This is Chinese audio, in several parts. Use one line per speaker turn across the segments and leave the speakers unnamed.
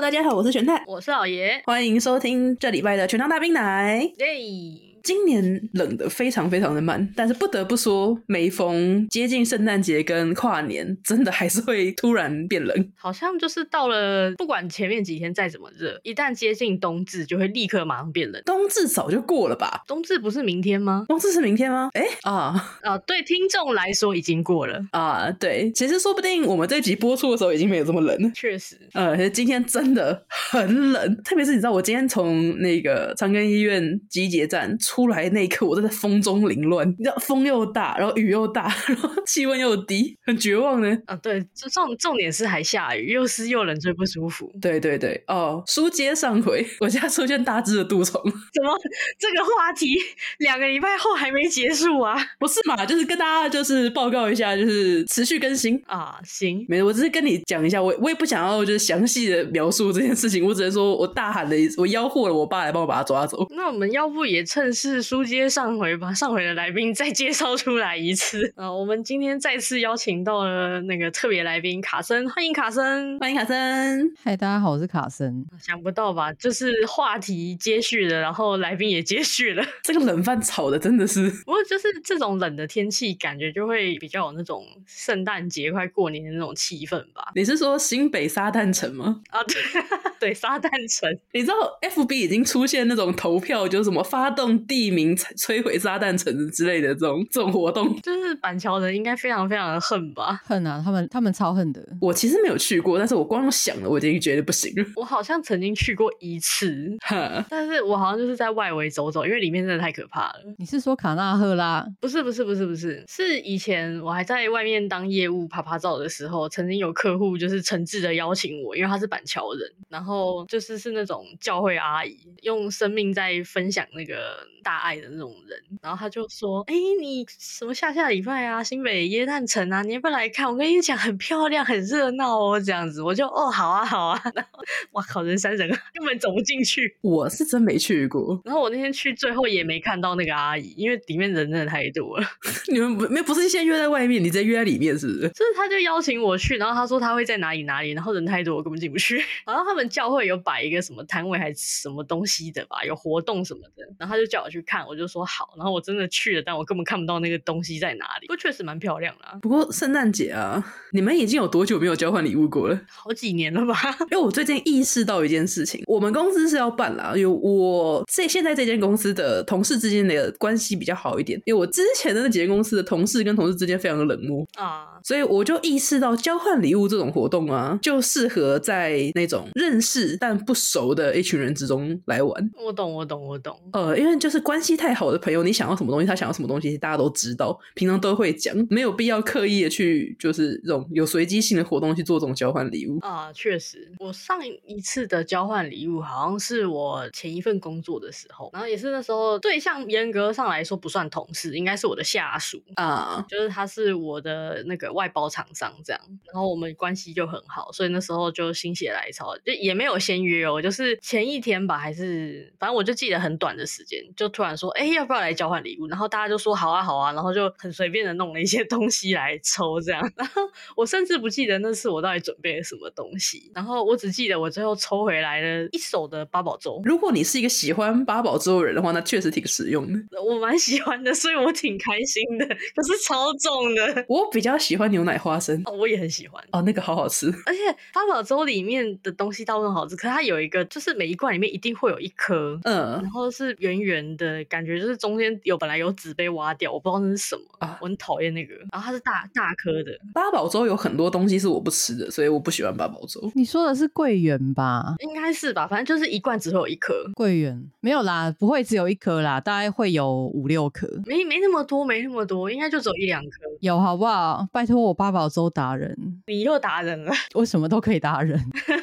大家好，我是玄太，
我是老爷，
欢迎收听这礼拜的全糖大冰奶。
耶！
今年冷得非常非常的慢，但是不得不说，每逢接近圣诞节跟跨年，真的还是会突然变冷。
好像就是到了，不管前面几天再怎么热，一旦接近冬至，就会立刻马上变冷。
冬至早就过了吧？
冬至不是明天吗？
冬至是明天吗？哎啊
啊，对听众来说已经过了，
啊，对，其实说不定我们这集播出的时候已经没有这么冷了。
确实。
呃，其实今天真的很冷，特别是你知道，我今天从那个长庚医院集结站出来那一刻，我真的风中凌乱。你知道，风又大，然后雨又大， 然后气温又低，很绝望呢。
啊，对，就重重点是还下雨，又湿又冷，最不舒服。
对对对，哦，书接上回，我家出现大只的蠹虫，
怎么这个话题两个礼拜后还没结束啊？
不是嘛？就是跟大家就是报告一下，就是持续更新。
啊，行，
没，我只是跟你讲一下，我我也不想要就是详细的描述这件事情，我只是说我大喊了一，我吆喝了我爸来帮我把它抓走。
那我们要不也趁势书接上回，把上回的来宾再介绍出来一次啊、我们今天再次邀请到了那个特别来宾卡森，欢迎卡森。
欢迎卡森，
嗨，大家好，我是卡森。
想不到吧？就是话题接续了，然后来宾也接续了。
这个冷饭炒的真的是
不过就是这种冷的天气，感觉就会比较有那种圣诞节快过年的那种气氛吧。
你是说新北沙旦城吗？
啊，对对，撒旦城
你知道 FB 已经出现那种投票，就是什么发动地名摧毁沙旦城之类的这种这种活动。
就是板桥人应该非常非常的恨吧。
恨啊，他们他们超恨的。
我其实没有去过，但是我光用想了，我已经觉得不行了。
我好像曾经去过一次，
哈，
但是我好像就是在外围走走，因为里面真的太可怕了。
你是说卡纳赫拉？
不是不是不是不是，是以前我还在外面当业务啪啪照的时候，曾经有客户就是诚挚的邀请我，因为他是板桥人，然后就是是那种教会阿姨，用生命在分享那个大爱的那种人，然后他就说：“哎，你什么下下礼拜啊，新北耶诞城啊，你要不要来看？我跟你讲，很漂亮，很热闹哦，这样子。”我就哦，好啊，好啊，然后哇靠，人山人海，根本走不进去。
我是真没去过。
然后我那天去，最后也没看到那个阿姨，因为里面人真的太多了。
你们不没不是先约在外面，你直接约在里面是不是？
就是他就邀请我去，然后他说他会在哪里哪里，然后人太多，我根本进不去。 然后他们教会有摆一个什么摊位还是什么东西的吧，有活动什么的，然后他就叫我去看，我就说好，然后我真的去了，但我根本看不到那个东西在哪里。不过确实蛮漂亮的、啊，
不过圣诞节啊，你们已经有多久没有交换礼物过了？
好几年了吧？
因为我最近意识到一件事情，我们公司是要办啦，有我这现在这间公司的同事之间的关系比较好一点，因为我之前的那几间公司的同事跟同事之间非常的冷漠，
啊，
所以我就意识到交换礼物这种活动啊，就适合在那种认识但不熟的一群人之中来玩。
我懂，我懂，我懂。
呃，因为就是关系太好的朋友，你想要什么东西，他想要什么东西，大家都知道，平常都会讲，没有必要刻意的去就是这种有随机性的活动去做这种交换礼物。
啊，确实，我上一次的交换礼物好像是我前一份工作的时候，然后也是那时候对象严格上来说不算同事，应该是我的下属，
啊，
就是他是我的那个外包厂商这样，然后我们关系就很好，所以那时候就心血来潮，就也没有先约哦，就是前一天吧，还是反正我就记得很短的时间，就突然说，哎，要不要来交换礼物？然后大家就说好啊好啊，然后就很随便的弄了一些 东西来抽这样，然后我甚至不记得那次我到底准备了什么东西，然后我只记得我最后抽回来了一手的八宝粥。
如果你是一个喜欢八宝粥的人的话，那确实挺实用的。
我蛮喜欢的，所以我挺开心的。可是超重的，
我比较喜欢牛奶花生
哦，我也很喜欢。
哦，那个好好吃。
而且八宝粥里面的东西大部分好吃，可是它有一个，就是每一罐里面一定会有一颗，
嗯
然后是圆圆的，感觉就是中间有本来有纸被挖掉，我不知道那是什么，
啊
我很讨厌那个。然后它是大大颗的，
八宝粥有很多东西是我不吃的，所以我不喜欢八宝粥。
你说的是桂圆吧？
应该是吧，反正就是一罐只会有一颗，
桂圆没有啦，不会只有一颗啦，大概会有五六颗，
没没那么多，没那么多，应该就只有一两颗。
有好不好？拜托我八宝粥达人，
你又打人了，
我什么都可以达人。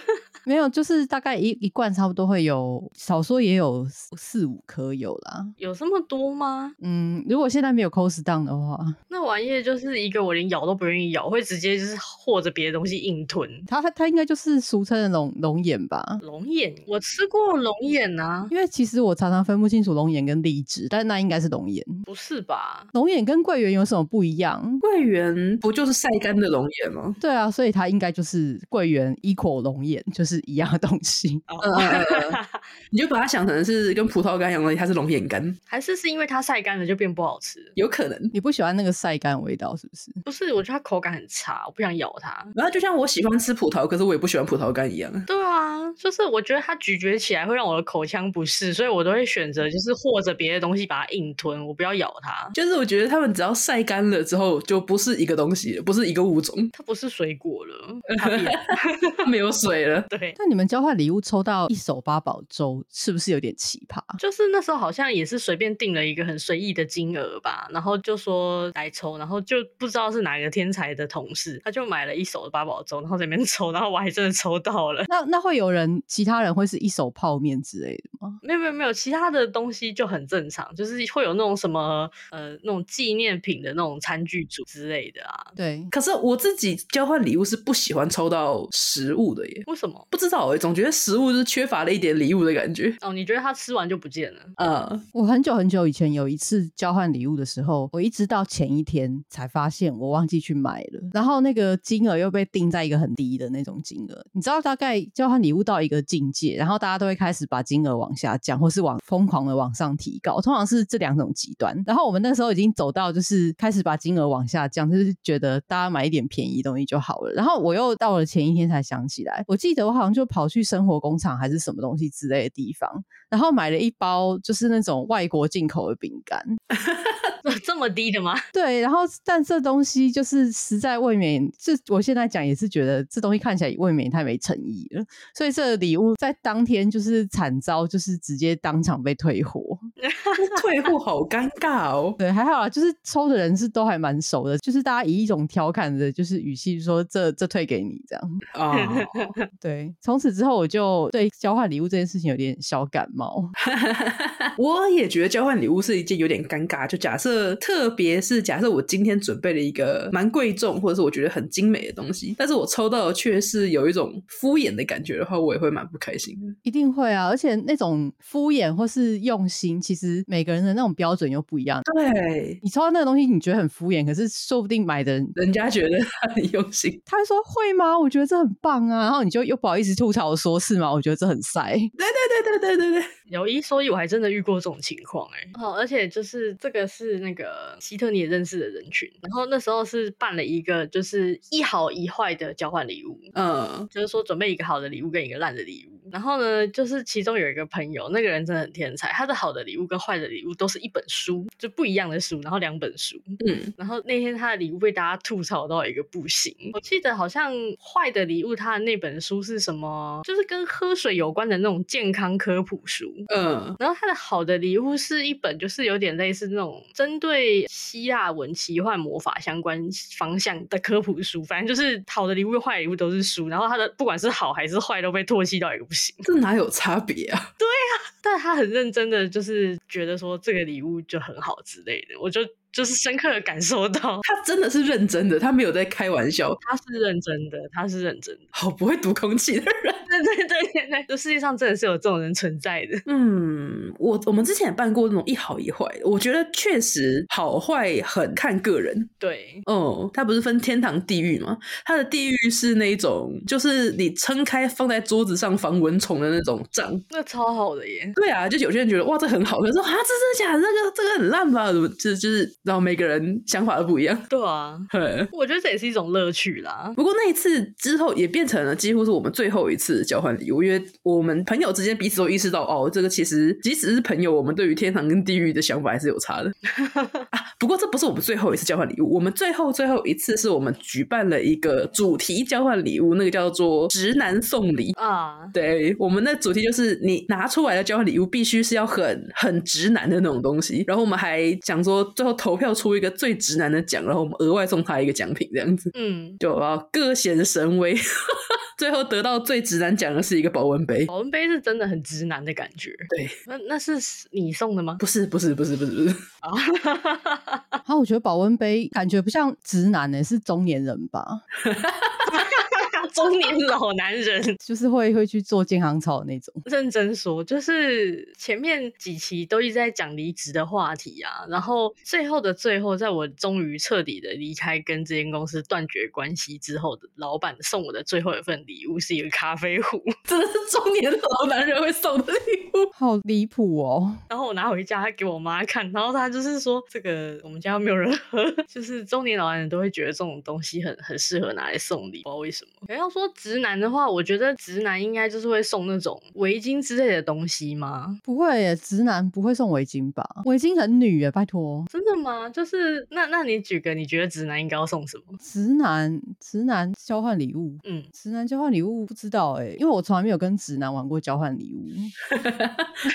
没有，就是大概一一罐差不多会有，少说也有四四五颗有啦。
有这么多吗？
嗯，如果现在没有 cos down 的话，
那玩意儿就是一个我连咬都不愿意咬，会直接就是和着别的东西硬吞。
它它它应该就是俗称的龙龙眼吧？
龙眼，我吃过龙眼啊，
因为其实我常常分不清楚龙眼跟荔枝，但那应该是龙眼。
不是吧？
龙眼跟桂圆有什么不一样？
桂圆不就是晒干的龙眼吗？
对啊，所以它应该就是桂圆 equal 龙眼，就是一样的东西。
嗯嗯嗯嗯， 你就把它想成是跟葡萄干一样的东西，它是龙眼干，
还是是因为它晒干了就变不好吃？
有可能。
你不喜欢那个晒干的味道是不是？
不是，我觉得它口感很差，我不想咬它。
然后就像我喜欢吃葡萄，可是我也不喜欢葡萄干一样。
对啊，就是我觉得它咀嚼起来会让我的口腔不适，所以我都会选择就是和着别的东西把它硬吞，我不要咬它。
就是我觉得他们只要晒干了之后，就不是一个东西了，不是一个物种，
它不是水果了， 它变了
没有水了。
对。
那你们交换礼物抽到一手八宝粥，是不是有点奇葩？
就是那时候好像也是随便定了一个很随意的金额吧，然后就说来抽，然后就不知道是哪个天才的同事，他就买了一手的八宝粥，然后在那边抽，然后我还真的抽到了。
那那会有人，其他人会是一手泡面之类的吗？
没有没有没有，其他的东西就很正常，就是会有那种什么呃那种纪念品的那种餐具组之类的啊。
对，
可是我自己交换礼物是不喜欢抽到食物的耶，
为什么？
不知道哎，总觉得食物就是缺乏了一点礼物的感觉。
哦，你觉得它吃完就不见了？
呃，
我很久很久以前有一次交换礼物的时候，我一直到前一天才发现我忘记去买了，然后那个金额又被定在一个很低的那种金额。你知道，大概交换礼物到一个境界，然后大家都会开始把金额往下降，或是往疯狂的往上提高，通常是这两种极端。然后我们那时候已经走到就是开始把金额往下降，就是觉得大家买一点便宜东西就好了。然后我又到了前一天才想起来，我记得我好像就跑去生活工厂还是什么东西之类的地方，然后买了一包就是那种外国进口的饼干，
这么低的吗？
对，然后但这东西就是实在未免，这我现在讲也是觉得这东西看起来未免太没诚意了，所以这个礼物在当天就是惨遭，就是直接当场被退货。
退货好尴尬哦。
对，还好啦，就是抽的人是都还蛮熟的，就是大家以一种调侃的，就是语气说这这退给你这样。
啊，
对，从此之后我就对交换礼物这件事情有点小感冒。
我也觉得交换礼物是一件有点尴尬。就假设，特别是假设我今天准备了一个蛮贵重，或者是我觉得很精美的东西，但是我抽到的却是有一种敷衍的感觉的话，我也会蛮不开心的。
一定会啊，而且那种敷衍或是用心，其实每个人的那种标准又不一样。
对，
你抽到那个东西，你觉得很敷衍，可是说不定买的人
人家觉得他很用心。
他会说会吗？我觉得这很棒啊，然后你就又不好意思吐槽说是吗？我觉得这很塞。
对对对对对对对，
有一说一，我还真的遇过这种情况哎、哦，而且就是这个是那个希特你也认识的人群，然后那时候是办了一个就是一好一坏的交换礼物，
嗯，
就是说准备一个好的礼物跟一个烂的礼物。然后呢，就是其中有一个朋友，那个人真的很天才，他的好的礼物跟坏的礼物都是一本书，就不一样的书，然后两本书。
嗯，
然后那天他的礼物被大家吐槽到一个不行。我记得好像坏的礼物，他的那本书是什么？就是跟喝水有关的那种健康科普书。
嗯，
然后他的好的礼物是一本，就是有点类似那种针对希腊文、奇幻、魔法相关方向的科普书。反正就是好的礼物、坏的礼物都是书。然后他的不管是好还是坏，都被唾弃到一个不行。
这哪有差别啊？
但他很认真的，就是觉得说这个礼物就很好之类的。我就就是深刻的感受到，
他真的是认真的，他没有在开玩笑，
他是认真的，他是认真的。
好不会读空气的人。
对对对对对，就世界上真的是有这种人存在的。
嗯，我我们之前也办过那种一好一坏，我觉得确实好坏很看个人。
对，
哦，它不是分天堂地狱吗？它的地狱是那种，就是你撑开放在桌子上防蚊虫的那种帐。
那超好的耶。
对啊，就有些人觉得哇，这很好，可是说啊，这真的假的？这个这个很烂吧？怎么就就是，然后每个人想法都不一样。
对啊，
嘿
我觉得这也是一种乐趣啦。
不过那一次之后也变成了几乎是我们最后一次交换礼物，因为我们朋友之间彼此都意识到，哦，这个其实即使是朋友，我们对于天堂跟地狱的想法还是有差的 啊。不过这不是我们最后一次交换礼物，我们最后最后一次是我们举办了一个主题交换礼物，那个叫做“直男送礼”。
啊，
对，我们的主题就是你拿出来的交换礼物必须是要很很直男的那种东西，然后我们还讲说最后投票出一个最直男的奖，然后我们额外送他一个奖品这样子。
嗯，
就啊各显神威。 最后得到最直男奖的是一个保温杯，
保温杯是真的很直男的感觉。
对，
那那是你送的吗？
不是不是不是不是不是，
啊，
然欸后我觉得保温杯感觉不像直男呢、是中年人吧？
中年老男人。
就是会会去做健康操的那种。
认真说，就是前面几期都一直在讲离职的话题啊，然后最后的最后，在我终于彻底的离开跟这间公司断绝关系之后的，老板送我的最后一份礼物是一个咖啡壶，
真的是中年老男人会送的礼物。
好离谱哦！
然后我拿回家他给我妈看，然后她就是说这个我们家没有人喝， 就是中年老男人都会觉得这种东西很很适合拿来送礼，不知道为什么。然后要说直男的话，我觉得直男应该就是会送那种围巾之类的东西吗？
不会耶，直男不会送围巾吧？围巾很女耶，拜托。
真的吗？就是那那你举个你觉得直男应该要送什么？
直男，直男交换礼物，
嗯，
直男交换礼物不知道哎，因为我从来没有跟直男玩过交换礼物。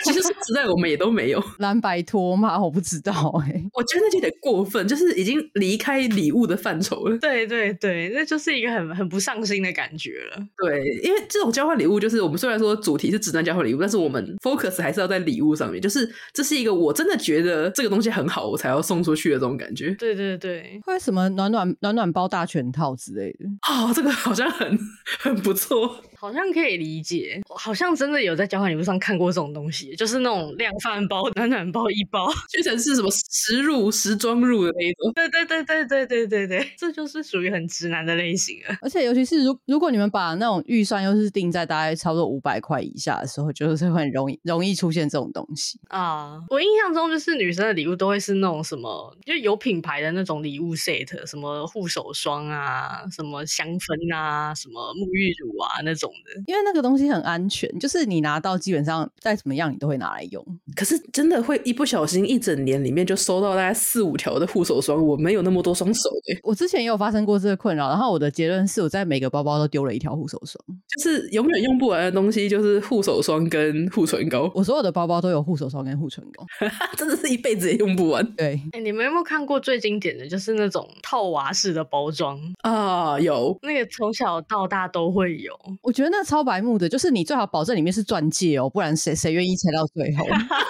其实说实在，我们也都没有。
蓝白拖吗？我不知道哎。
我觉得那就有点过分，就是已经离开礼物的范畴了。
对对对，那就是一个很很不上心的感觉了。
对，因为这种交换礼物，就是我们虽然说主题是直男交换礼物，但是我们 focus 还是要在礼物上面，就是这是一个我真的觉得这个东西很好，我才要送出去的这种感觉
对对对，
会什么暖暖暖暖包大全套之类的，
啊、这个好像很很不错。
好像可以理解，我好像真的有在交换礼物上看过这种东西，就是那种量贩包、 暖暖包一包。
屈臣氏什么时入时装入的那一种，
对对对对对对对对，这就是属于很直男的类型了。
而且尤其是如如果你们把那种预算又是定在大概差不多五百块以下的时候，就是会很容易容易出现这种东西。
啊，我印象中就是女生的礼物都会是那种什么，就有品牌的那种礼物 set，什么护手霜啊，什么香氛啊，什么沐浴乳啊那种的。
因为那个东西很安全，就是你拿到基本上再怎么样你都会拿来用。
可是真的会一不小心一整年里面就收到大概四五条的护手霜，我没有那么多双手欸的、
我之前也有发生过这个困扰，然后我的结论是我在每个包包都丢了一条护手霜，
就是永远用不完的东西，就是护手霜跟护唇 膏，
我所有的包包都有护手霜跟护唇膏。
啊真的是一辈子也用不完
对，
哎、你们有没有看过最经典的就是那种套娃式的包装？
啊！有
那个从小到大都会有，
我觉得那超白目的，就是你最好保证里面是钻戒哦，不然谁谁愿意猜到最后？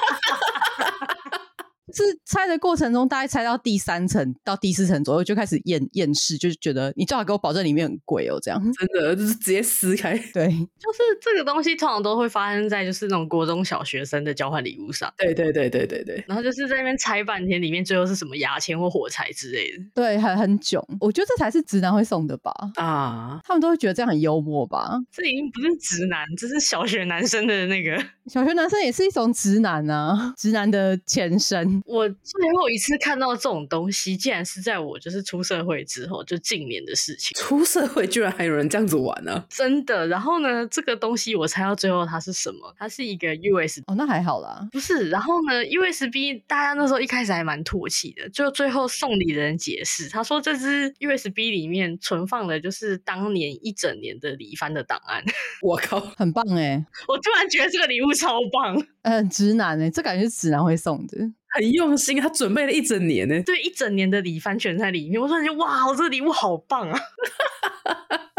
是猜的过程中，大概猜到第三层到第四层左右就开始厌厌世，就是觉得你最好给我保证里面很贵哦，这样。
真的就是直接撕开，
对，
就是这个东西通常都会发生在就是那种国中小学生的交换礼物上。
对对对对对对，
然后就是在那边拆半天，里面最后是什么牙签或火柴之类的。
对，很很囧。我觉得这才是直男会送的吧，
啊，
他们都会觉得这样很幽默吧。
这已经不是直男，这是小学男生的那个。
小学男生也是一种直男啊，直男的前身。
我最后一次看到这种东西，竟然是在我就是出社会之后，就近年的事情，
出社会居然还有人这样子玩啊呢、
真的。然后呢，这个东西我猜到最后它是什么？它是一个 USB，
哦，那还好啦。
不是。然后呢，USB 大家那时候一开始还蛮唾弃的，就最后送礼的人解释，他说这支 USB 里面存放的就是当年一整年的李帆的档案。
我靠，
很棒哎、
我突然觉得这个礼物超棒，
欸，很直男哎、这感觉是直男会送的。
很用心，他准备了一整年呢、
对，一整年的李帆全在里面。我突然觉得哇，这个礼物好棒啊！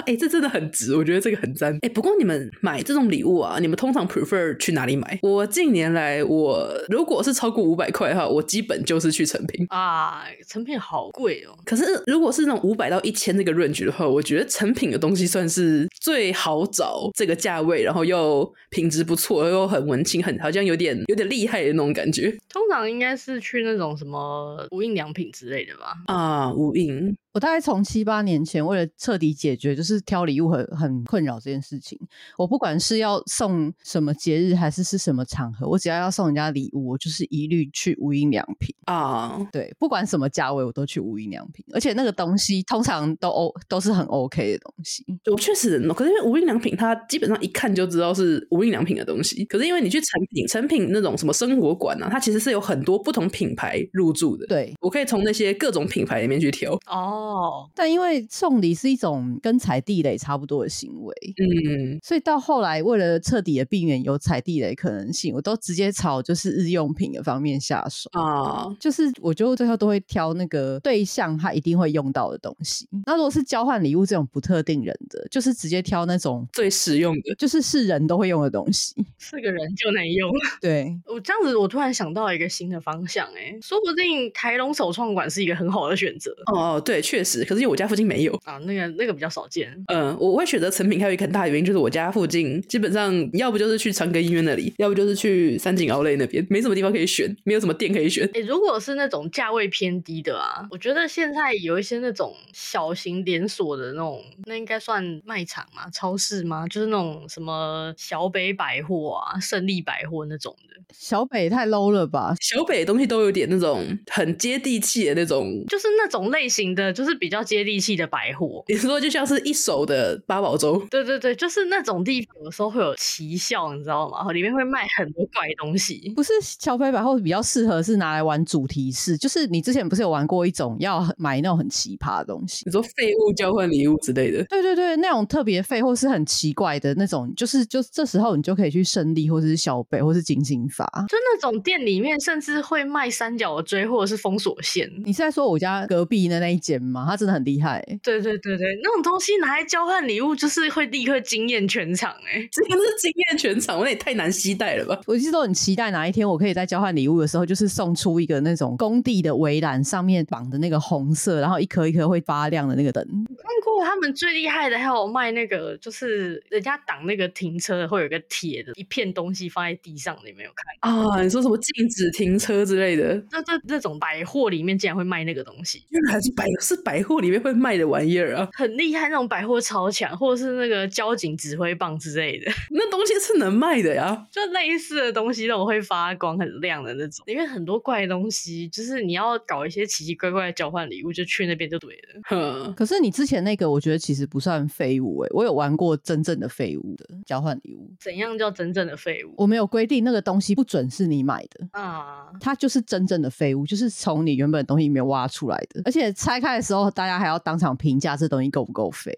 哎、这真的很值，我觉得这个很赞。哎、不过你们买这种礼物啊，你们通常 prefer 去哪里买？我近年来，我如果是超过五百块的话，我基本就是去成品。
啊，成品好贵哦。
可是如果是那种五百到一千这个 range 的话，我觉得成品的东西算是最好找这个价位，然后又品质不错，又很文青，很好像有点有点厉害的那种感觉
通常应该是去那种什么无印良品之类的吧。
啊。无印
我大概从七八年前，为了彻底解决就是挑礼物很很困扰这件事情，我不管是要送什么节日还是是什么场合，我只要要送人家礼物，我就是一律去无印良品。
啊，
对，不管什么价位，我都去无印良品，而且那个东西通常都 O 都是很 OK 的东西。
我确实能懂，可是因为无印良品，它基本上一看就知道是无印良品的东西。可是因为你去成品，成品那种什么生活馆啊，它其实是有很多不同品牌入驻的。，
对，
我可以从那些各种品牌里面去挑。
哦，
但因为送礼是一种跟踩地雷差不多的行为，
嗯，
所以到后来为了彻底的避免有踩地雷可能性，我都直接朝就是日用品的方面下手。
啊，
就是我就最后都会挑那个对象他一定会用到的东西。那如果是交换礼物这种不特定人的，就是直接挑那种
最实用的
就是是人都会用的东西。
四个人就能用。
对，
我这样子，我突然想到一个新的方向、欸，哎，说不定台龙手创馆是一个很好的选择。
哦哦，对，确实，可是因为我家附近没有。
啊，那个那个比较少见。
嗯，我会选择成品，还有一个很大的原因就是我家附近基本上要不就是去长庚医院那里，要不就是去三井奥莱那边，没什么地方可以选，没有什么店可以选。
哎、如果是那种价位偏低的啊，我觉得现在有一些那种小型连锁的那种，那应该算卖场吗？超市吗？就是那种什么小北百货啊、胜利百货那种的，
小北太 low 了吧？
小北的东西都有点那种很接地气的那种，
就是那种类型的，就是比较接地气的百货。
你说就像是一手的八宝粥，
对对对，就是那种地方有时候会有奇效，你知道吗？里面会卖很多怪东西。
不是小北百货比较适合是拿来玩主题式，就是你之前不是有玩过一种要买那种很奇葩的东西？
你说废物交换礼物之类的，
对对对，那种特别费或是很奇怪的那种，就是就这时候你就可以去胜利或者是小北或是金星发。
就那种店里面，甚至会卖三角锥或者是封锁线，
你是在说我家隔壁的那一间吗？他真的很厉害、欸。
对对对对，那种东西拿来交换礼物，就是会立刻惊艳全场哎、
这个是惊艳全场，我那也太难期待了吧？
我一直都很期待哪一天我可以在交换礼物的时候，就是送出一个那种工地的围栏上面绑的那个红色，然后一颗一颗会发亮的那个灯。
看过他们最厉害的，还有卖那个，就是人家挡那个停车的，会有一个铁的一片东西放在地上，你没有看？
啊，你说什么禁止停车之类的，
那这那种百货里面竟然会卖那个东西，
原来是百是百货里面会卖的玩意儿啊！
很厉害，那种百货超强，或者是那个交警指挥棒之类的，
那东西是能卖的呀。
就类似的东西，那种会发光、很亮的那种，里面很多怪东西，就是你要搞一些奇奇怪怪的交换礼物，就去那边就对了。
哼，
可是你之前那个，我觉得其实不算废物诶、我有玩过真正的废物的交换礼物，
怎样叫真正的废物
我们有规定那个东西不准是你买的，
啊？
它就是真正的废物，就是从你原本的东西里面挖出来的，而且拆开的时候，大家还要当场评价这东西够不够废，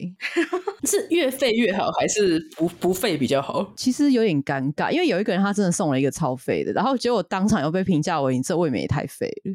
是越废越好，还是不不废比较好？
其实有点尴尬，因为有一个人他真的送了一个超废的，然后结果当场又被评价为你这未免也太废了。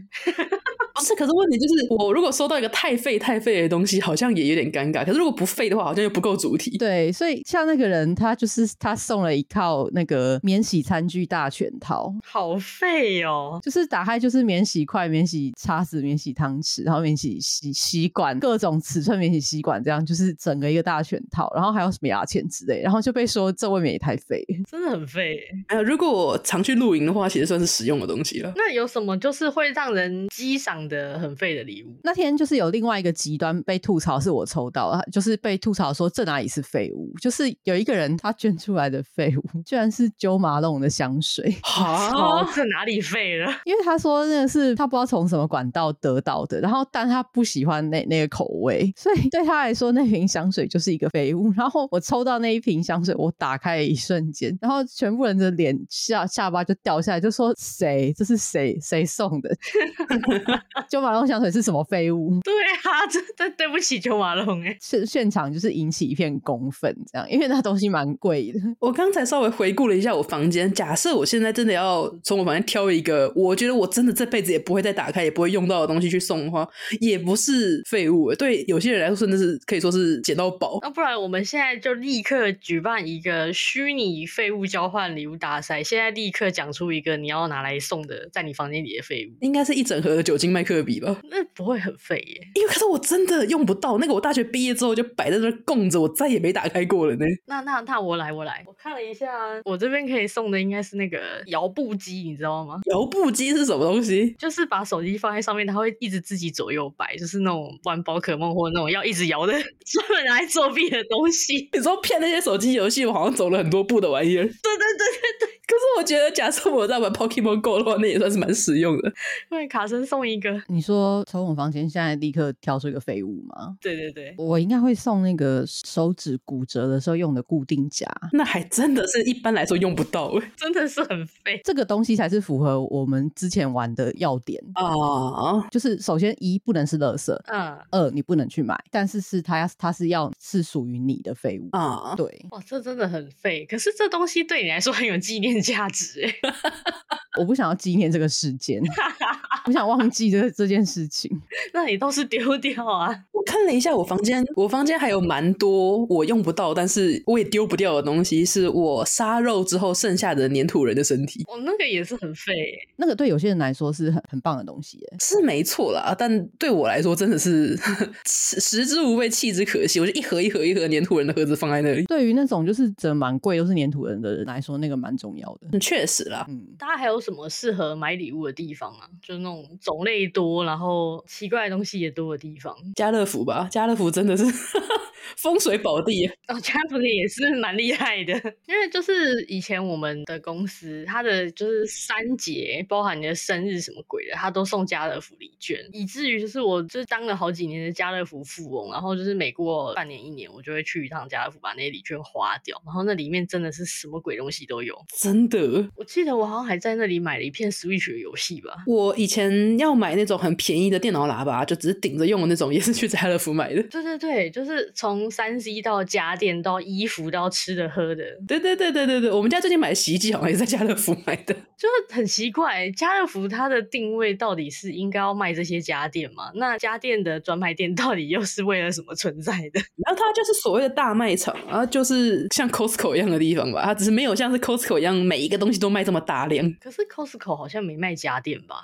不是，可是问题就是，我如果收到一个太废太废的东西，好像也有点尴尬。可是如果不废的话，好像又不够主题。
对，所以像那个人，他就是他送了一套那个免洗餐具大全套，
好废哦！
就是打开就是免洗筷、免洗叉子、免洗汤匙，然后免洗吸吸管，各种尺寸免洗吸管，这样就是整个一个大全套，然后还有什么牙签之类，然后就被说这未免也太废。
真的很废。欸
呃，如果我常去露营的话，其实算是实用的东西了。
那有什么就是会让人激赏的很废的礼物？
那天就是有另外一个极端被吐槽，是我抽到的，就是被吐槽说这哪里是废物，就是有一个人他捐出来的废物，居然是九马龙的香水。
哈，
哦这哪里废了？
因为他说那个是他不知道从什么管道得到的，然后但他不喜欢那那个口味， 所以对他来说那瓶香水就是一个废物。然后我抽到那一瓶香水，我打开的一瞬间，然后全部人的脸下下巴就掉下来，就说谁这是谁谁送的？ 九马龙香水是什么废物？
对啊，真的对不起九马龙哎、
现现场就是引起一片公愤，这样，因为那东西蛮贵的。
我刚才稍微回顾了一下我房间，假设我现在真的要从我房间挑一个，我觉得我真的这辈子也不会再打开，也不会用到的东西去送的话，也不是废物。对有些人来说，甚至是可以说是捡到宝。
那不然我们现在就立刻举办一个虚拟废物交换礼物大赛，现在立刻讲出一个你要拿来送的，在你房间里的废物，
应该是一整盒的酒精麦克笔吧，
那不会很废耶。
因为可是我真的用不到那个，我大学毕业之后就摆在那儿供着，我再也没打开过了呢。
那那那我来我来，我看了一下，我这边可以送的应该是那个摇步机，你知道吗？
摇步机是什么东西？
就是把手机放在上面，它会一直自己左右摆，就是那种玩宝可梦或者那种要一直摇的专门拿来作弊的东西。
你说骗那些手机游戏，我好像走了很多步的玩意儿。
对对对对对，
可是我觉得，假设我在玩 Pokemon Go 的话，那也算是蛮实用的。
为卡森送一个。
你说从我房间现在立刻挑出一个废物吗？
对对对，
我应该会送那个手指骨折的时候用的固定夹，
那还真的是一般来说用不到欸
真的是很废。
这个东西才是符合我们之前玩的要点。
啊。
就是首先一不能是垃圾，
嗯，
二你不能去买，但是是它它是要是属于你的废物。
啊，
对，
哇，这真的很废。可是这东西对你来说很有纪念价值 哎。
我不想要纪念这个事件，我想忘记这这件事情。
那你倒是丢掉啊！
我看了一下我房间，我房间还有蛮多我用不到，但是我也丢不掉的东西，是我杀肉之后剩下的粘土人的身体，
哦，那个也是很废欸、
那个对有些人来说是很很棒的东西耶。
是没错啦。但对我来说，真的是 食食之无味，弃之可惜。我就一盒一盒一盒粘土人的盒子放在那里，
对于那种就是整蛮贵又是粘土人的人来说，那个蛮重要的。
嗯确实啦。
嗯，
大家还有什么适合买礼物的地方啊？就是那种种类多，然后奇怪的东西也多的地方。
家乐福吧，家乐福真的是 风水宝地，
哦，家福林也是蛮厉害的，因为就是以前我们的公司，它的就是三节，包含你的生日什么鬼的，它都送家乐福礼券，以至于就是我就是当了好几年的家乐福富翁，然后就是每过半年一年，我就会去一趟家乐福把那些礼券花掉，然后那里面真的是什么鬼东西都有。
真的。
我记得我好像还在那里买了一片 Switch 的游戏吧，
我以前要买那种很便宜的电脑喇叭，就只是顶着用的那种，也是去家乐福买的。
对对对，就是从三 C 到家电到衣服到吃的喝的，
对对对对对对，我们家最近买的洗衣机好像也是在家乐福买的。
就是很奇怪。家乐福它的定位到底是应该要卖这些家电吗？那家电的专卖店到底又是为了什么存在的？
然后它就是所谓的大卖场，然后就是像 Costco 一样的地方吧，它只是没有像是 Costco 一样每一个东西都卖这么大量。
可是 Costco 好像没卖家电吧？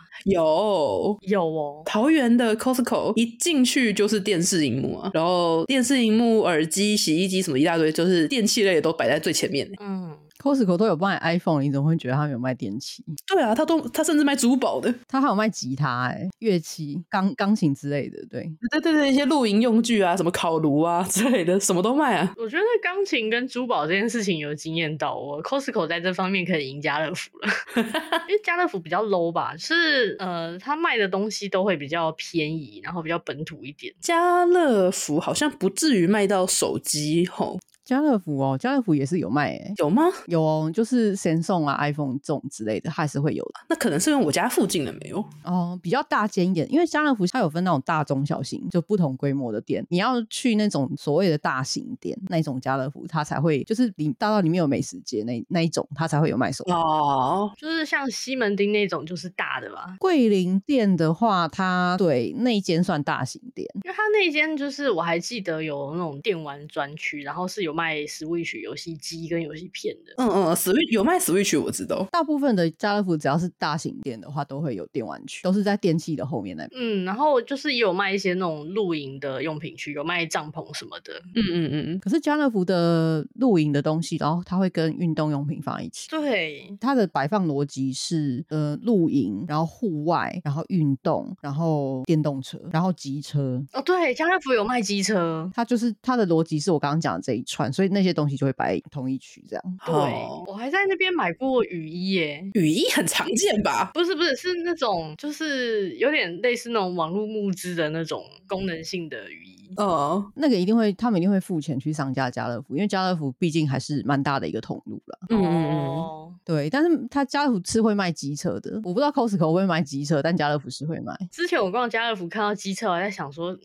有
有哦，
桃园的 Costco 一进去就是电视荧幕啊，然后电视荧幕、耳机、洗衣机什么一大堆，就是电器类的都摆在最前面。
嗯，
Costco 都有卖 iPhone，你怎么会觉得他们有卖电器？
对啊，它都它甚至卖珠宝的，
他还有卖吉他、哎，乐器、钢钢琴之类的。对，
对对对，一些露营用具啊，什么烤炉啊之类的，什么都卖啊。
我觉得钢琴跟珠宝这件事情有惊艳到我，Costco 在这方面可以赢家乐福了， 因为家乐福比较 low 吧，就是呃，他卖的东西都会比较便宜，然后比较本土一点。
家乐福好像不至于卖到手机吼，
家乐福哦，家乐福也是有卖、哎，
有吗？
有哦，就是神送啊、iPhone 这种之类的，还是会有的。
那可能是因为我家附近的没有。
哦，比较大间一点，因为家乐福它有分那种大、中小型，就不同规模的店。你要去那种所谓的大型店，那一种家乐福，它才会就是里大到里面有美食街那那一种，它才会有卖手表。
哦，
就是像西门町那种就是大的吧，
桂林店的话，它对那一间算大型店，
因为它那间就是我还记得有那种电玩专区，然后是有卖 Switch 游戏机跟游戏片的。
嗯嗯，Switch 有卖 Switch 我知道。
大部分的家乐福只要是大型店的话，都会有电玩区，都是在电器的后面那边。
嗯，然后就是也有卖一些那种露营的用品区，有卖帐篷什么的。
嗯嗯嗯，
可是家乐福的露营的东西，然后它会跟运动用品放在一起。
对，
它的摆放逻辑是，呃，露营，然后户外，然后运动，然后电动车，然后机车。
哦对，家乐福有卖机车。
它就是它的逻辑是我刚刚讲的这一串，所以那些东西就会摆同一区这样。
对，
好
我还在那边买过雨衣耶。
雨衣很常见吧？
不是不是，是那种就是有点类似那种网络募资的那种功能性的雨衣。
哦，
那个一定会，他们一定会付钱去上架家乐福，因为家乐福毕竟还是蛮大的一个通路了。
嗯嗯嗯，
哦
对，但是他家乐福是会卖机车的，我不知道 Costco 会不会卖机车，但家乐福是会卖。
之前我逛家乐福看到机车，我还在想说，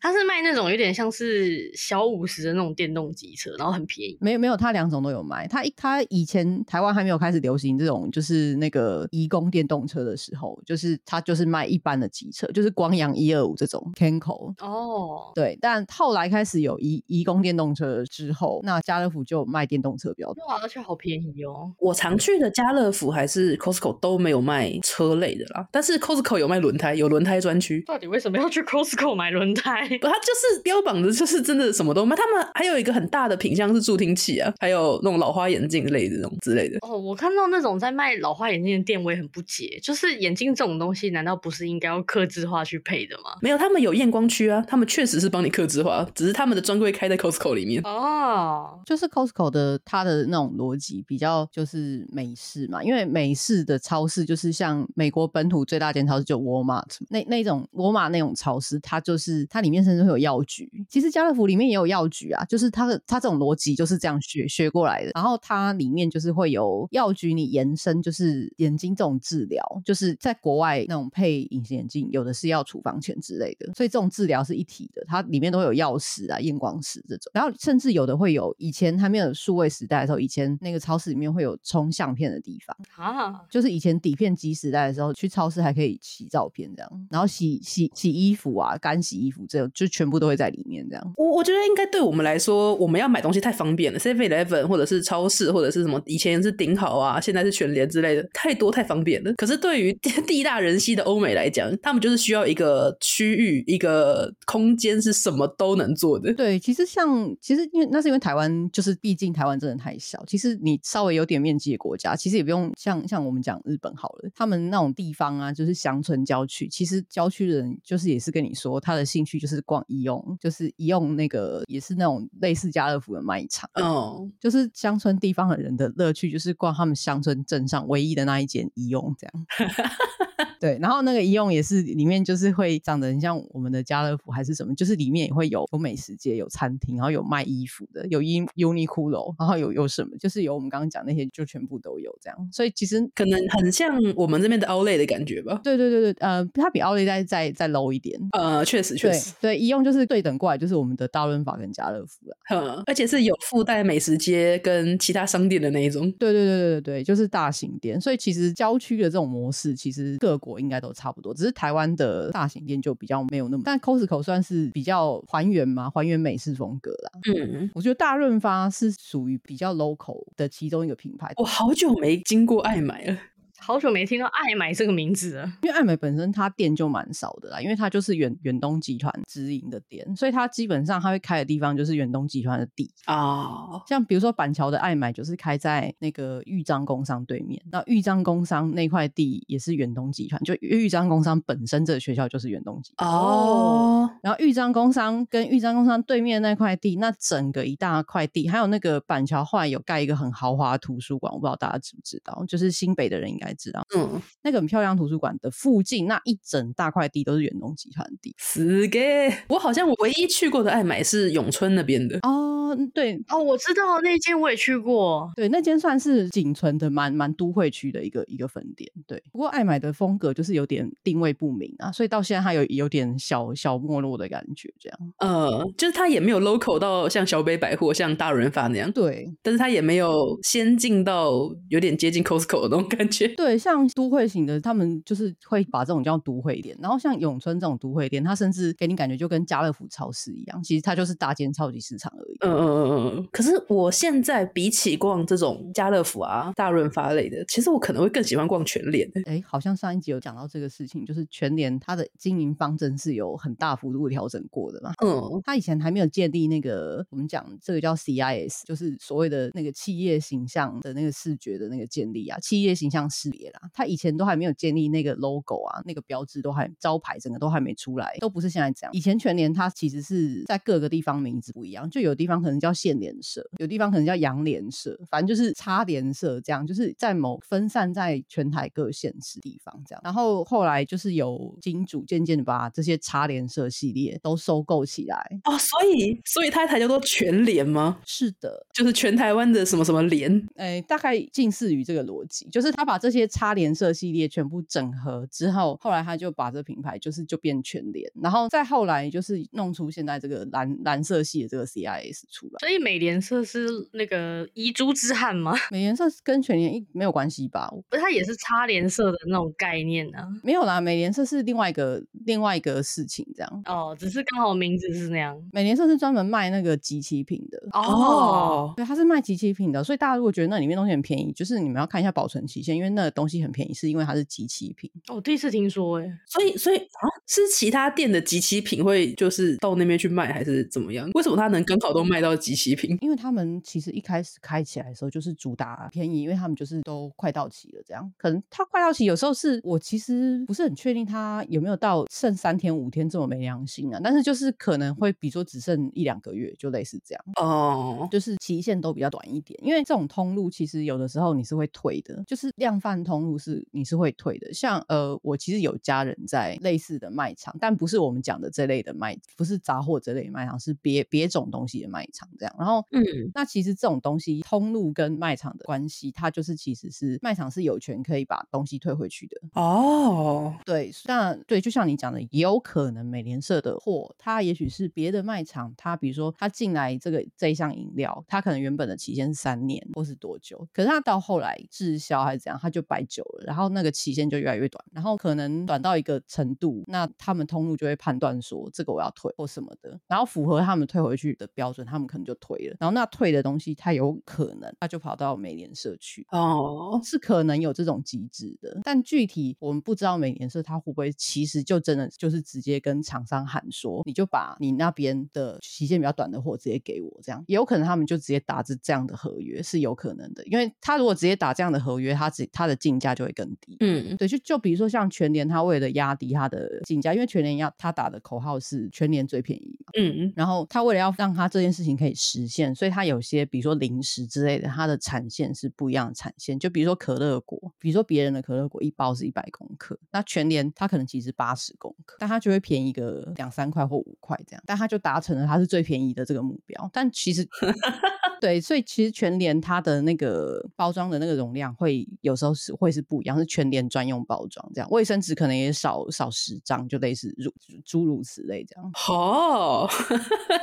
它是卖那种有点像是小五十的那种电动机车，然后很便宜。
没有没有，他两种都有卖。他一他以前台湾还没有开始流行这种，就是那个移工电动车的时候，就是他就是卖一般的机车，就是光阳一二五这种 Canco。
哦，
对，但后来开始有移移工电动车之后，那家乐福就有卖电动车标准。
哇，啊而且好便宜哦。
我常去的家乐福还是 Costco 都没有卖车类的啦，但是 Costco 有卖轮胎，有轮胎专区。
到底为什么要去 Costco 买轮胎？
不，它就是标榜的，就是真的什么都卖。他们还有一个很大的品相是助听器啊，还有那种老花眼镜类的那种之类的。
哦，我看到那种在卖老花眼镜的店，我也很不解，就是眼镜这种东西，难道不是应该要刻字化去配的吗？
没有，他们有验光区啊，他们确实是帮你刻字化，只是他们的专柜开在 Costco 里面。
哦，
就是 Costco 的它的那种逻辑比较就是美式嘛，因为美式的超市就是像美国本土最大间超市就 Walmart，那那种 Walmart 那种超市，它就是它里面甚至会有药局。其实家乐福里面也有药局啊，就是它的它这种逻辑就是这样学学过来的。然后它里面就是会有药局，你延伸就是眼睛这种治疗，就是在国外那种配隐形眼镜，有的是要处方钱之类的，所以这种治疗是一体的，它里面都会有药师啊、验光师这种，然后甚至有的会。会有以前还没有数位时代的时候，以前那个超市里面会有冲相片的地方，
啊，
就是以前底片机时代的时候，去超市还可以洗照片这样，然后洗洗洗衣服啊，干洗衣服这种就全部都会在里面这样。
我我觉得应该对我们来说，我们要买东西太方便了，Seven Eleven 或者是超市或者是什么，以前是顶好啊，现在是全联之类的，太多太方便了。可是对于 地大人稀的欧美来讲，他们就是需要一个区域、一个空间是什么都能做的。
对，其实像其实因为那是因为台湾，就是毕竟台湾真的太小。其实你稍微有点面积的国家，其实也不用像像我们讲日本好了，他们那种地方啊，就是乡村郊区，其实郊区的人就是也是跟你说，他的兴趣就是逛宜用，就是宜用那个也是那种类似家乐福的卖场。
哦，
就是乡村地方的人的乐趣，就是逛他们乡村镇上唯一的那一间医用这样。对，然后那个医用也是里面就是会长得很像我们的家乐福还是什么，就是里面也会有有美食街、有餐厅，然后有卖衣服的，有衣 Uniqlo，然后有有什么，就是有我们刚刚讲那些就全部都有这样。所以其实
可能很像我们这边的 Outlet 的感觉吧。
对对对对，呃，它比奥利再再再 low 一点。
呃，确实确
对
实，
对，医用就是对等过来，就是我们的大润发跟家乐福啦。
嗯，而且是有附带美食街跟其他商店的那一种。
对对对对对对，就是大型店。所以其实郊区的这种模式，其实各国应该都差不多，只是台湾的大型店就比较没有那么。但 Costco 算是比较还原嘛，还原美式风格啦。
嗯，
我觉得大润发是属于比较 local 的其中一个品牌，
我好久没经过爱买了。
好久没听到爱买这个名字了。
因为爱美本身它店就蛮少的啦，因为它就是远远东集团直营的店，所以它基本上它会开的地方就是远东集团的地。
哦，
像比如说板桥的爱买就是开在那个豫章工商对面，那豫章工商那块地也是远东集团，就豫章工商本身这个学校就是远东集团。
哦，
然后豫章工商跟豫章工商对面那块地，那整个一大块地，还有那个板桥后来有盖一个很豪华的图书馆，我不知道大家知不知道，就是新北的人应该知道，
嗯，
那个很漂亮图书馆的附近那一整大块地都是远东集团的地。
死给！我好像唯一去过的爱买是永春那边的。
哦，对，
哦，我知道那间我也去过，
对，那间算是仅存的蛮蛮都会区的一个一个分店。对，不过爱买的风格就是有点定位不明啊，所以到现在它有有点小小没落的感觉。这样，
呃，就是它也没有 local 到像小北百货、像大润发那样，
对
但是它也没有先进到有点接近 Costco 的那种感觉。
对，像都会型的，他们就是会把这种叫都会店，然后像永春这种都会店，它甚至给你感觉就跟家乐福超市一样，其实它就是大间超级市场而已。
嗯嗯嗯嗯嗯。可是我现在比起逛这种家乐福啊、大润发类的，其实我可能会更喜欢逛全联。
哎，好像上一集有讲到这个事情，就是全联它的经营方针是有很大幅度调整过的嘛。
嗯，
他以前还没有建立那个我们讲这个叫 CIS，就是所谓的那个企业形象的那个视觉的那个建立啊，企业形象识别啦。他以前都还没有建立那个 logo 啊，那个标志都还招牌整个都还没出来，都不是现在这样。以前全联它其实是在各个地方名字不一样，就有地方可能叫县联社，有地方可能叫洋联社，反正就是差联社这样，就是在某分散在全台各县市地方这样。然后后来就是有金主渐渐的把这些差联社系列都收购起来，
哦，所以所以它才叫做全联吗？
是的，
就是全台湾的什么什么联？
诶，大概近似于这个逻辑，就是他把这些差联社系列全部整合之后，后来他就把这品牌就是就变全联，然后再后来就是弄出现在这个蓝蓝色系的这个 CIS 出来。
所以美联社是那个遗珠之憾吗？
美联社是跟全联一没有关系吧？
不是，它也是差联社的那种概念啊。
没有啦，美联社是另外一个另外一个事情这样。
哦，只是刚好名字是那样。
美联社是专门卖那个集齐品的，
哦，
对，它是卖集齐品的，所以大家如果觉得那里面东西很便宜，就是你们要看一下保存期限，因为那个东西很便宜，是因为它是集齐品。
我第一次听说、欸，哎，
所以，所以啊，是其他店的集齐品会就是到那边去卖，还是怎么样？为什么他能刚好都卖到集齐品？
因为他们其实一开始开起来的时候就是主打便宜，因为他们就是都快到期了，这样可能它快到期有时候是我其实不是很确定它有没有到剩三天五天这么没良心啊，但是就是可能会比如说只剩一两个月，就类似这样，
哦，
就是期限都比较短一点，因为这种通路其实有的时候你是会退的，就是量贩贩通路是你是会退的。像呃，我其实有家人在类似的卖场，但不是我们讲的这类的卖，不是杂货这类的卖场，是别别种东西的卖场这样。然后
嗯，
那其实这种东西通路跟卖场的关系，它就是其实是卖场是有权可以把东西退回去的。
哦，
对，那对，就像你讲的，也有可能美联社的货，它也许是别的卖场，它比如说它进来这个这一项饮料，它可能原本的期限是三年或是多久，可是它到后来滞销还是怎样，它就摆久了，然后那个期限就越来越短，然后可能短到一个程度，那他们通路就会判断说这个我要退或什么的，然后符合他们退回去的标准，他们可能就退了，然后那退的东西，它有可能它就跑到美联社去，
哦，
是可能有这种机制的，但具体我们不知道美联社它会不会其实就真的就是直接跟厂商喊说，你就把你那边的期限比较短的货直接给我，这样也有可能他们就直接打这这样的合约是有可能的，因为他如果直接打这样的合约，他只他的进价就会更低。
嗯，
对，就就比如说像全联，他为了压低它的进价，因为全联要他打的口号是全联最便宜嘛，
嗯，
然后他为了要让他这件事情可以实现，所以他有些比如说零食之类的，它的产线是不一样的产线。就比如说可乐果，比如说别人的可乐果一包是一百公克，那全联它可能其实八十公克，但它就会便宜个两三块或五块这样，但它就达成了它是最便宜的这个目标。但其实。对，所以其实全联它的那个包装的那个容量会有时候是会是不一样，是全联专用包装这样，卫生纸可能也少少十张，就类似如诸如此类这样。
好，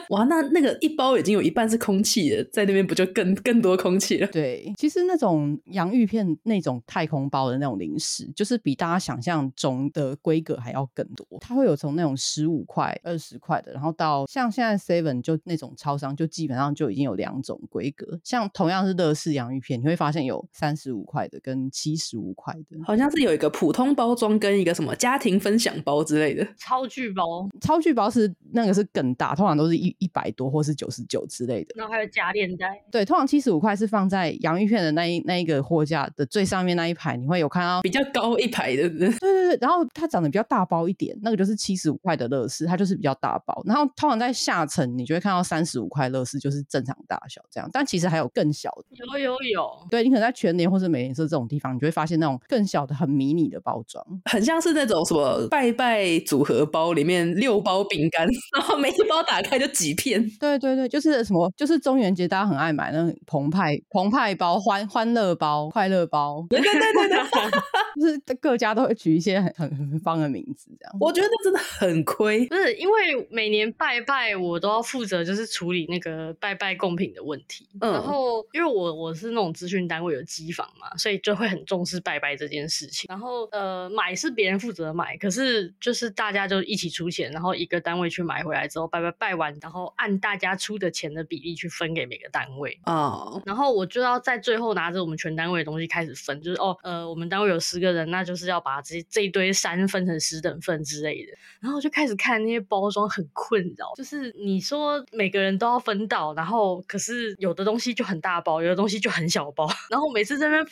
哇，那那个一包已经有一半是空气了，在那边不就更更多空气了？
对，其实那种洋芋片那种太空包的那种零食，就是比大家想象中的规格还要更多。它会有从那种十五块、二十块的，然后到像现在 Seven 就那种超商，就基本上就已经有两种规格。像同样是乐事洋芋片，你会发现有三十五块的跟七十五块的。
好像是有一个普通包装跟一个什么家庭分享包之类的。
超巨包，
超巨包是那个是更大，通常都是一一百多或是九十九之类的。
然后还有假链带，
对，通常七十五块是放在洋芋片的那一那一个货架的最上面那一排，你会有看到
比较高一排的，
对对对，然后它长得比较大包一点，那个就是七十五块的乐事，它就是比较大包。然后通常在下层，你就会看到三十五块乐事，就是正常大小这样。但其实还有更小的，
有有有，
对你可能在全联或是美联社这种地方，你就会发现那种更小的、很迷你的包装。
很像是那种什么拜拜组合包里面六包饼干，然后每一包打开就几片。
对对对，就是什么，就是中元节大家很爱买那种澎湃澎湃包、欢欢乐包、快乐包，
对对对对对，
就是各家都会取一些很很很方的名字这样。
我觉得真的很亏。
不是因为每年拜拜我都要负责就是处理那个拜拜贡品的问题，然
嗯，
后因为我我是那种资讯单位有机房嘛，所以就会很重视拜拜这件事情。然后呃，买是别人负责买，可是就是大家就一起出钱，然后一个单位去买回来之后拜拜拜完，然后按大家出的钱的比例去分给每个单位。
哦，
然后我就要在最后拿着我们全单位的东西开始分，就是哦，呃，我们单位有十个人，那就是要把这这一堆山分成十等份之类的。然后我就开始看那些包装，很困扰。就是你说每个人都要分到，然后可是有的东西就很大包，有的东西就很小包。 然后每次这边分，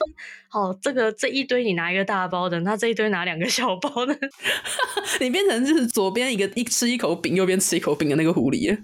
好、这个这一堆你拿一个大包的，那这一堆拿两个小包的，
你变成就是左边一个一吃一口饼，右边吃一口饼的那个狐狸了。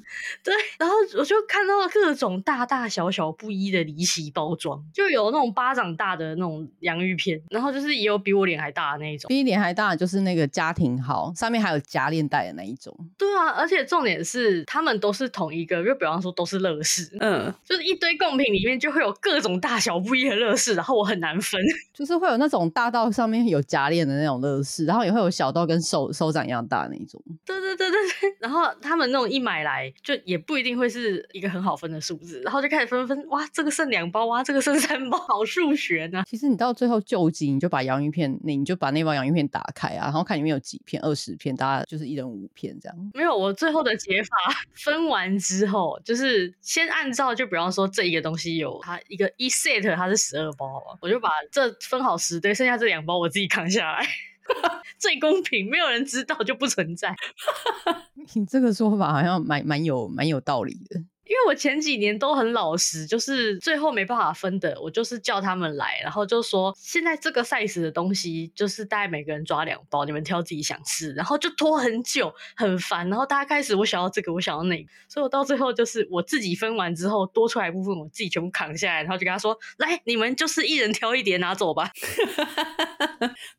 对，然后我就看到各种大大小小不一的离奇包装，就有那种巴掌大的那种洋芋片，然后就是也有比我脸还大的那一种。
比脸还大的就是那个家庭号，上面还有夹链带的那一种。
对啊，而且重点是他们都是同一个，就比方说都是乐事，
嗯，
就是一堆贡品里面就会有各种大小不一的乐事，然后我很难分。
就是会有那种大到上面有夹链的那种乐事，然后也会有小到跟手手掌一样大那一种。
对对对对对，然后他们那种一买来就也不一定会是一个很好分的数字，然后就开始分分，哇，这个剩两包，哇，这个剩三包，好数学呢、
其实你到最后救急，你就把洋芋片，你你就把那包洋芋片打开啊，然后看里面有几片，二十片，大家就是一人五片这样。
没有，我最后的解法 分完之后，就是先按照，就比方说这一个东西有它一个一 set 它是十二包好了，我就把这分好十堆，剩下这两包我自己扛下来， 最公平，没有人知道就不存在。
你这个说法好像蛮蛮有蛮有道理的。
因为我前几年都很老实，就是最后没办法分的，我就是叫他们来，然后就说现在这个 size 的东西就是大概每个人抓两包，你们挑自己想吃，然后就拖很久，很烦。然后大家开始我想要这个，我想要那个，所以我到最后就是我自己分完之后，多出来部分我自己全部扛下来，然后就跟他说：“来，你们就是一人挑一碟拿走吧。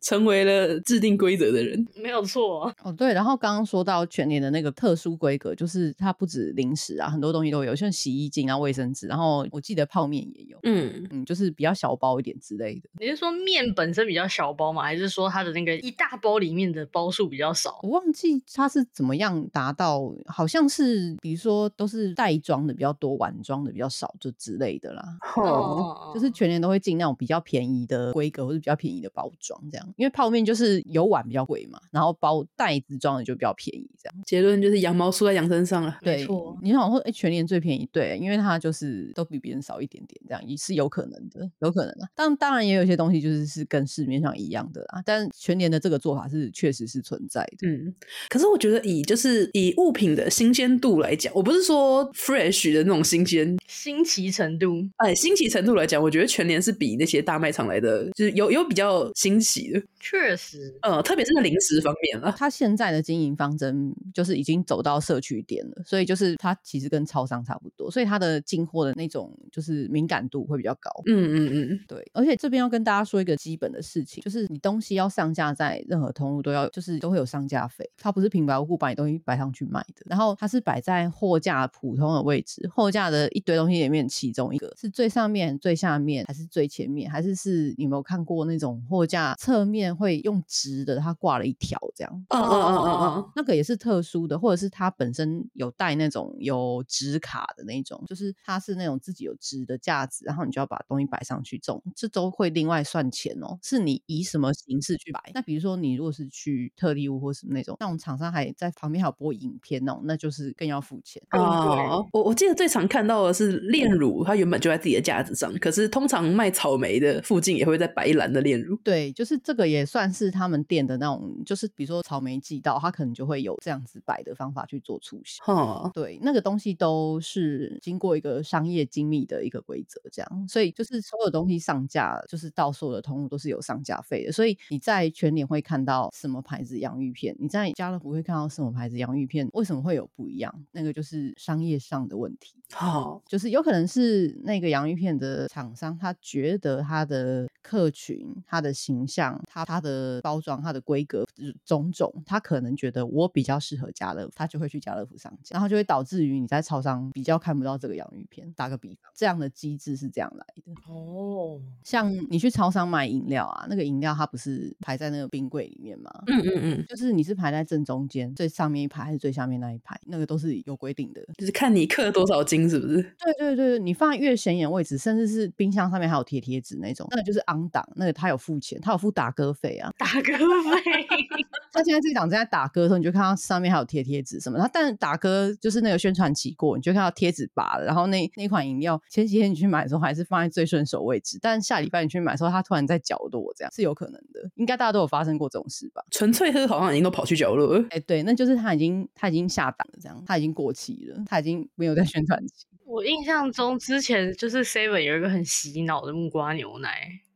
成为了制定规则的人。”
没有错，
哦，对，然后刚刚说到全年的那个特殊规格，就是它不止零食啊，很多东西都有，像洗衣精啊、卫生纸，然后我记得泡面也有，
嗯，
嗯，就是比较小包一点之类的。
你是说面本身比较小包吗？还是说它的那个一大包里面的包数比较少？
我忘记它是怎么样达到，好像是比如说都是袋装的比较多，碗装的比较少，就之类的啦。
哦，
就是
嗯
全年都会进那种比较便宜的规格或者比较便宜的包装，这样，因为泡面就是有碗比较贵嘛，然后包袋子装的就比较便宜，这样。
结论就是羊毛出在羊身上了。
没
对
错，
你想说，哎、全年最便宜，对，因为它就是都比别人少一点点，这样也是有可能的，有可能啊。但当然也有一些东西就是是跟市面上一样的啦，但全年的这个做法是确实是存在的。
嗯，可是我觉得以就是以物品的新鲜度来讲，我不是说 fresh 的那种新鲜，
新奇程度
哎，新奇程度来讲，我觉得全年是比那些大卖场来的，就是有有比较新奇的，
确实
呃，特别是在零食方面啊，
它现在的经营方针就是已经走到社区点了，所以就是它其实跟超商差不多，所以它的进货的那种就是敏感度会比较高。
嗯嗯嗯，
对，而且这边要跟大家说一个基本的事情，就是你东西要上架在任何通路都要，就是都会有上架费，它不是平白无故把你东西摆上去卖的，然后它是摆在货架普通的位置，货架的一堆东西里面其中一个是最上面、最下面，还是最前面，还是是你有没有看过那种货架侧面会用直的，它挂了一条这样，
嗯嗯嗯嗯嗯，
那个也是特殊的，或者是它本身有带那种有纸卡的那种，就是它是那种自己有纸的架子，然后你就要把东西摆上去，这种这都会另外算钱哦，是你以什么形式去摆。那比如说你如果是去特例屋或什么那种，那种厂商还在旁边还有播影片那种，那就是更要付钱。
更贵
哦，我我记得最常看到的是炼乳，它原本就在自己的架子上，可是通常卖草莓的附近也会再摆一篮的炼乳。
对，就是这个也算是他们店的那种，就是比如说草莓季到，它可能就会有这样子摆的方法去做促销。
哈，
对，那个东西都是经过一个商业精密的一个规则，这样，所以就是所有东西上架，就是到所有的通路都是有上架费的，所以你在全年会看到什么牌子洋芋片，你在家乐福会看到什么牌子洋芋片，为什么会有不一样？那个就是商业上的问题。
好，
就是有可能是那个洋芋片的厂商，他觉得他的客群、他的形象、他他的包装、他的规格种种，他可能觉得我比较适合家乐福，他就会去家乐福上架，然后就会导致于你在超商比较看不到这个洋芋片。打个比方，这样的机制是这样来的。
哦，
像你去超商买饮料啊，那个饮料它不是排在那个冰柜里面吗？
嗯嗯嗯，
就是你是排在正中间最上面一排还是最下面那一排，那个都是有规定的。
就是看你克多少斤，是不是？
对对对，你放在越显眼位置，甚至是冰箱上面还有贴贴纸那种，那个就是昂档，那个他有付钱，他有付打歌费啊。
打个 费
他现在这档正在打歌的时候，你就看到上面还有贴贴纸什么。他但打歌就是那个宣传期过，你就看到贴纸拔了，然后那那款饮料前几天你去买的时候还是放在最顺手位置，但下礼拜你去买的时候，它突然在角落，这样是有可能的。应该大家都有发生过这种事吧？
纯粹喝好像已经都跑去角落了。
哎，对，那就是他已经他已经下档了，这样他已经过期了，他已经没有在宣传期。
我印象中之前就是 Seven 有一个很洗脑的木瓜牛奶，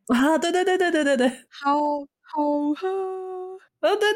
啊，对对对对对对对，啊
好好喝。
对对，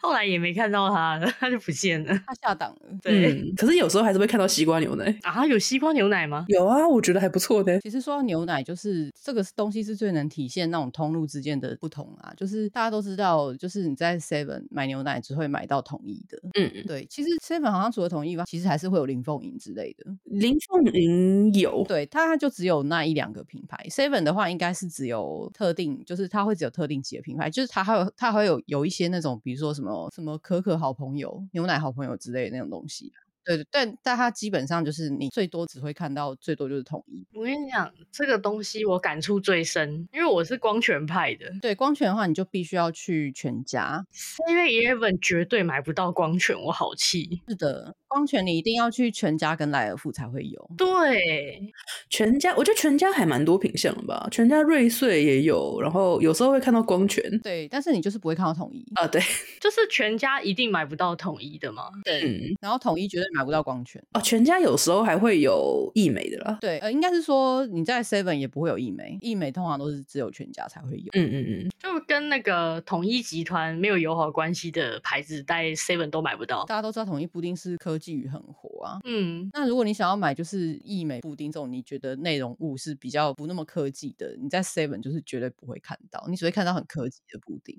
后来也没看到它了，它就不见了。
他下档了。
对、
嗯，可是有时候还是会看到西瓜牛奶。
啊，有西瓜牛奶吗？
有啊，我觉得还不错的。
其实说到牛奶，就是这个东西是最能体现那种通路之间的不同啊。就是大家都知道，就是你在 Seven 买牛奶只会买到统一的。
嗯，
对，其实 Seven 好像除了统一以外，其实还是会有林凤营之类的。
林凤营有，
对，它它就只有那一两个品牌。Seven 的话，应该是只有特定，就是它会只有特定几个品牌，就是它还有它还有有一些那种，比如说什么什么可可好朋友、牛奶好朋友之类的那种东西啊。对，对但但它基本上就是你最多只会看到，最多就是统一。
我跟你讲，这个东西我感触最深，因为我是光泉派的
对，光泉的话，你就必须要去全家。
，Seven Eleven 绝对买不到光泉，我好气。
是的，光泉你一定要去全家跟莱尔富才会有。
对，
全家，我觉得全家还蛮多品相的吧，全家瑞穗也有，然后有时候会看到光泉
对，但是你就是不会看到统一，
啊，对，
就是全家一定买不到统一的嘛。
对，
嗯，
然后统一绝对买不到光泉。
哦，全家有时候还会有益美的啦，
对，呃，应该是说你在 Seven 也不会有益美，益美通常都是只有全家才会有。
嗯嗯嗯，
就跟那个统一集团没有友好关系的牌子，在 Seven 都买不到。
大家都知道统一布丁是科技与很火啊。
嗯，
那如果你想要买就是益美布丁这种，你觉得内容物是比较不那么科技的，你在 Seven 就是绝对不会看到，你只会看到很科技的布丁。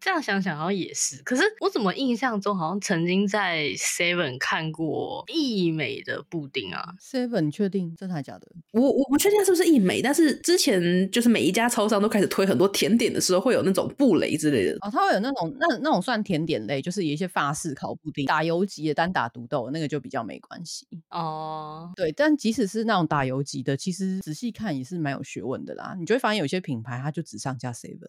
这样想想好像也是。可是我怎么印象中好像曾经在 Seven 看过益美的布丁啊？
Seven 你确定真的还假的？
我我不确定是不是益美，但是之前就是每一家超商都开始推很多甜点的时候，会有那种布雷之类的，
哦，它会有那种那那种算甜点类，就是有一些法式烤布丁，打游击的单打独斗那个就比较没关系。
哦、
对，但即使是那种打游击的，其实仔细看也是蛮有学问的啦。你就会发现有些品牌它就只上架 seven，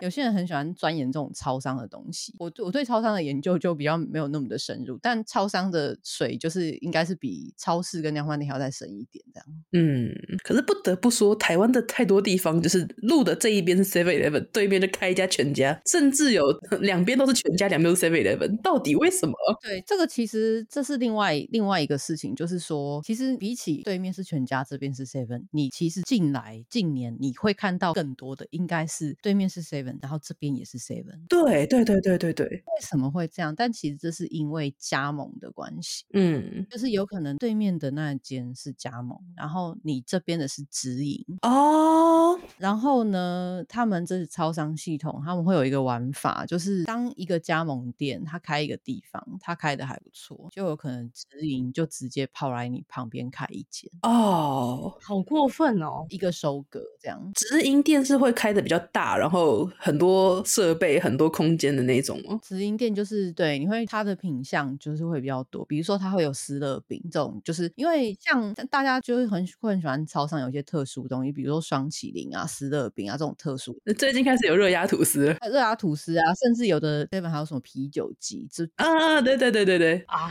有些人很喜欢钻研这种超商的东西。我对我对超商的研究就比较没有那么的深入，但超商的水就是应该是比超市跟量贩店还要再深一点这样。
嗯，可是不得不说，台湾的太多地方就是路的这一边是 Seven Eleven，对面就开一家全家，甚至有两边都是全家，两边都是 Seven Eleven，到底为什么？
对，这个其实这是另外另外一个事情，就是说，其实比起对面是全家，这边是 Seven，你其实近来近年你会看到更多的应该是对面是 Seven，然后这边也是 Seven，
对对对对对对，
为什么会这样？但其实这是因为加盟的关系。
嗯，
就是有可能对面的那间是加盟，然后你这边的是直营，
哦，
然后呢，他们这是超商系统，他们会有一个玩法，就是当一个加盟店他开一个地方，他开的还不错，就有可能直营就直接跑来你旁边开一间，
哦，
好过分哦！
一个收割这样。
直营店是会开的比较大，然后很多设备、很多空间的那种吗？
直营店就是对，你会它的品相就是会比较多，比如说它会有湿乐饼这种，就是因为像大家就是很喜会很喜欢超商有一些特殊东西，比如说双麒麟啊、湿乐饼啊这种特殊
最近开始有热压吐司了
热拉吐司啊，甚至有的日本还有什么啤酒鸡，就
啊！对对对对对，
啊，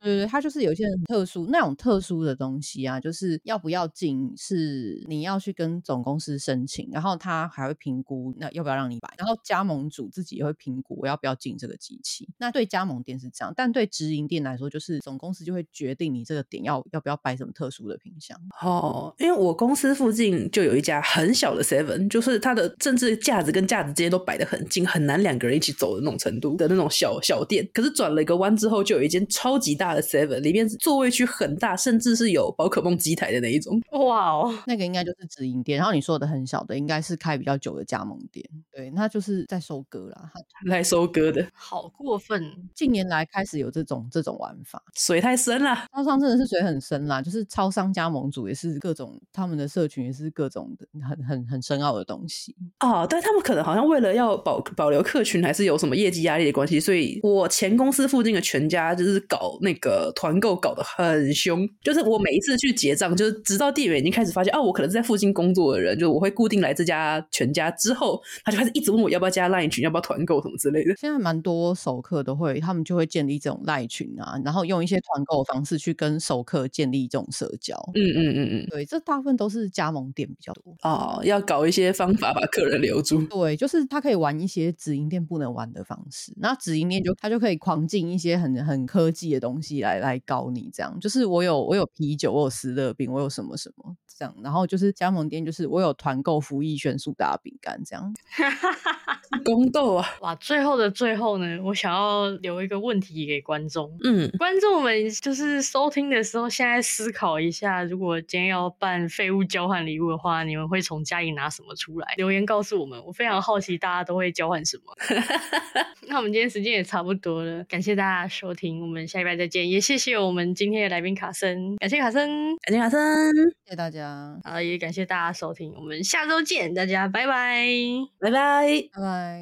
对对，它就是有一些很特殊那种特殊的东西啊，就是要不要进是你要去跟总公司申请，然后他还会评估那要不要让你买，然后加盟主自己也会评估我要不要进这个机器。那对加盟店是这样，但对直营店来说，就是总公司就会决定你这个点要要不要摆什么特殊的品相。
哦，因为我公司附近就有一家很小的 Seven，就是它的甚至架子跟架子之间都摆得很近，很难两个人一起走的那种程度的那种小小店。可是转了一个弯之后，就有一间超级大的 Seven，里面座位区很大，甚至是有宝可梦机台的那一种。
哇哦，
那个应该就是直营店，然后你说的很小的，应该是开比较久的加盟店，对，那就是在收割啦。它
来收割的，
好过分！
近年来开始有这种这种玩法，
水太深了。
超商真的是水很深啦，就是超商加盟主也是各种，他们的社群也是各种的很很很深奥的东西。
哦，但他们可能好像为了要保保留客群，还是有什么业绩压力的关系，所以我前公司附近的全家就是搞那个团购搞得很凶，就是我每一次去结账，就是直到店员已经开始发现，哦，我可能是在附近工作的人，就是我会固定来这家全家之后，他就开始一直问我要不要加 LINE 群，要不要团购什么之类的。
现在蛮多熟客都会，他们就会建立这种赖群啊，然后用一些团购的方式去跟熟客建立这种社交。
嗯嗯嗯嗯，
对，这大部分都是加盟店比较多。
哦，要搞一些方法把客人留住。
对，就是他可以玩一些直营店不能玩的方式，那直营店就他就可以狂进一些很很科技的东西来来搞你，这样就是我有我有啤酒，我有湿乐冰，我有什么什么这样，然后就是加盟店就是我有团购服役炫速达饼干这样，
宫斗啊，
哇，最后的最后呢，我想要留一个问题给观众。
嗯，
观众们就是收听的时候，现在思考一下，如果今天要办废物交换礼物的话，你们会从家里拿什么出来？留言告诉我们，我非常好奇大家都会交换什么。那我们今天时间也差不多了，感谢大家收听，我们下礼拜再见，也谢谢我们今天的来宾卡森，感谢卡森，呃
感谢卡啊森，
谢谢大家，
啊，也感谢大家收听，我们下周见，大家拜拜。
拜拜。
拜拜。